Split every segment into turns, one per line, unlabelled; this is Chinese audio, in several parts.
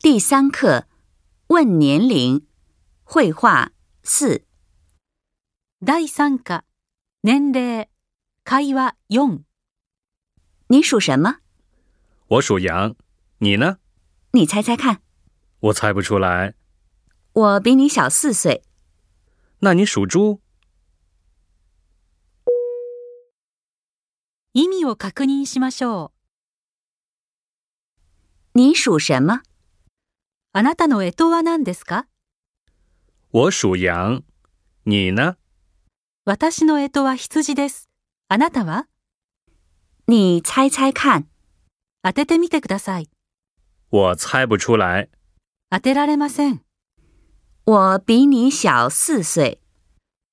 第三课，问年龄，绘画四。
第三課、年齢、会話4。
你属什么？
我属羊，你呢？
你猜猜看。
我猜不出来。
我比你小四岁。
那你属猪？
意味を確認しましょう。
你属什么？
あなたの干支は何ですか
我属羊，你呢？
私の干支は羊です。あなたは
你猜猜看。
当ててみてください。
我猜不出来。
当てられません。
我比你小四岁。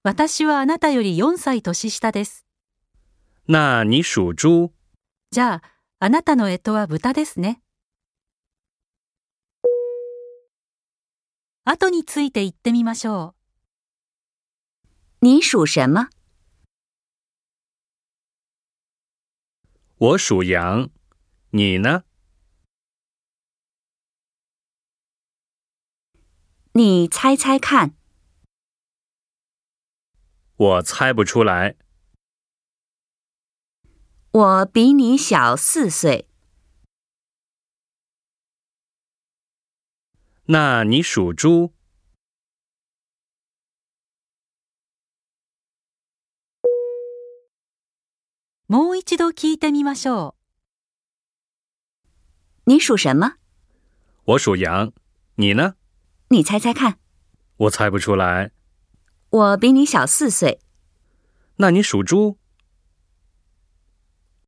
私はあなたより4歳年下です。
那你属猪？
じゃあ、あなたの干支は豚ですね。後について言ってみましょう。
你属什么？
我属羊，你呢？
你猜猜看。
我猜不出来。
我比你小四岁。
那你属猪？
もう一度聞いてみましょ
你属什么？
我属羊，你呢？
你猜猜看。
我猜不出来。
我比你小四岁。
那你属猪？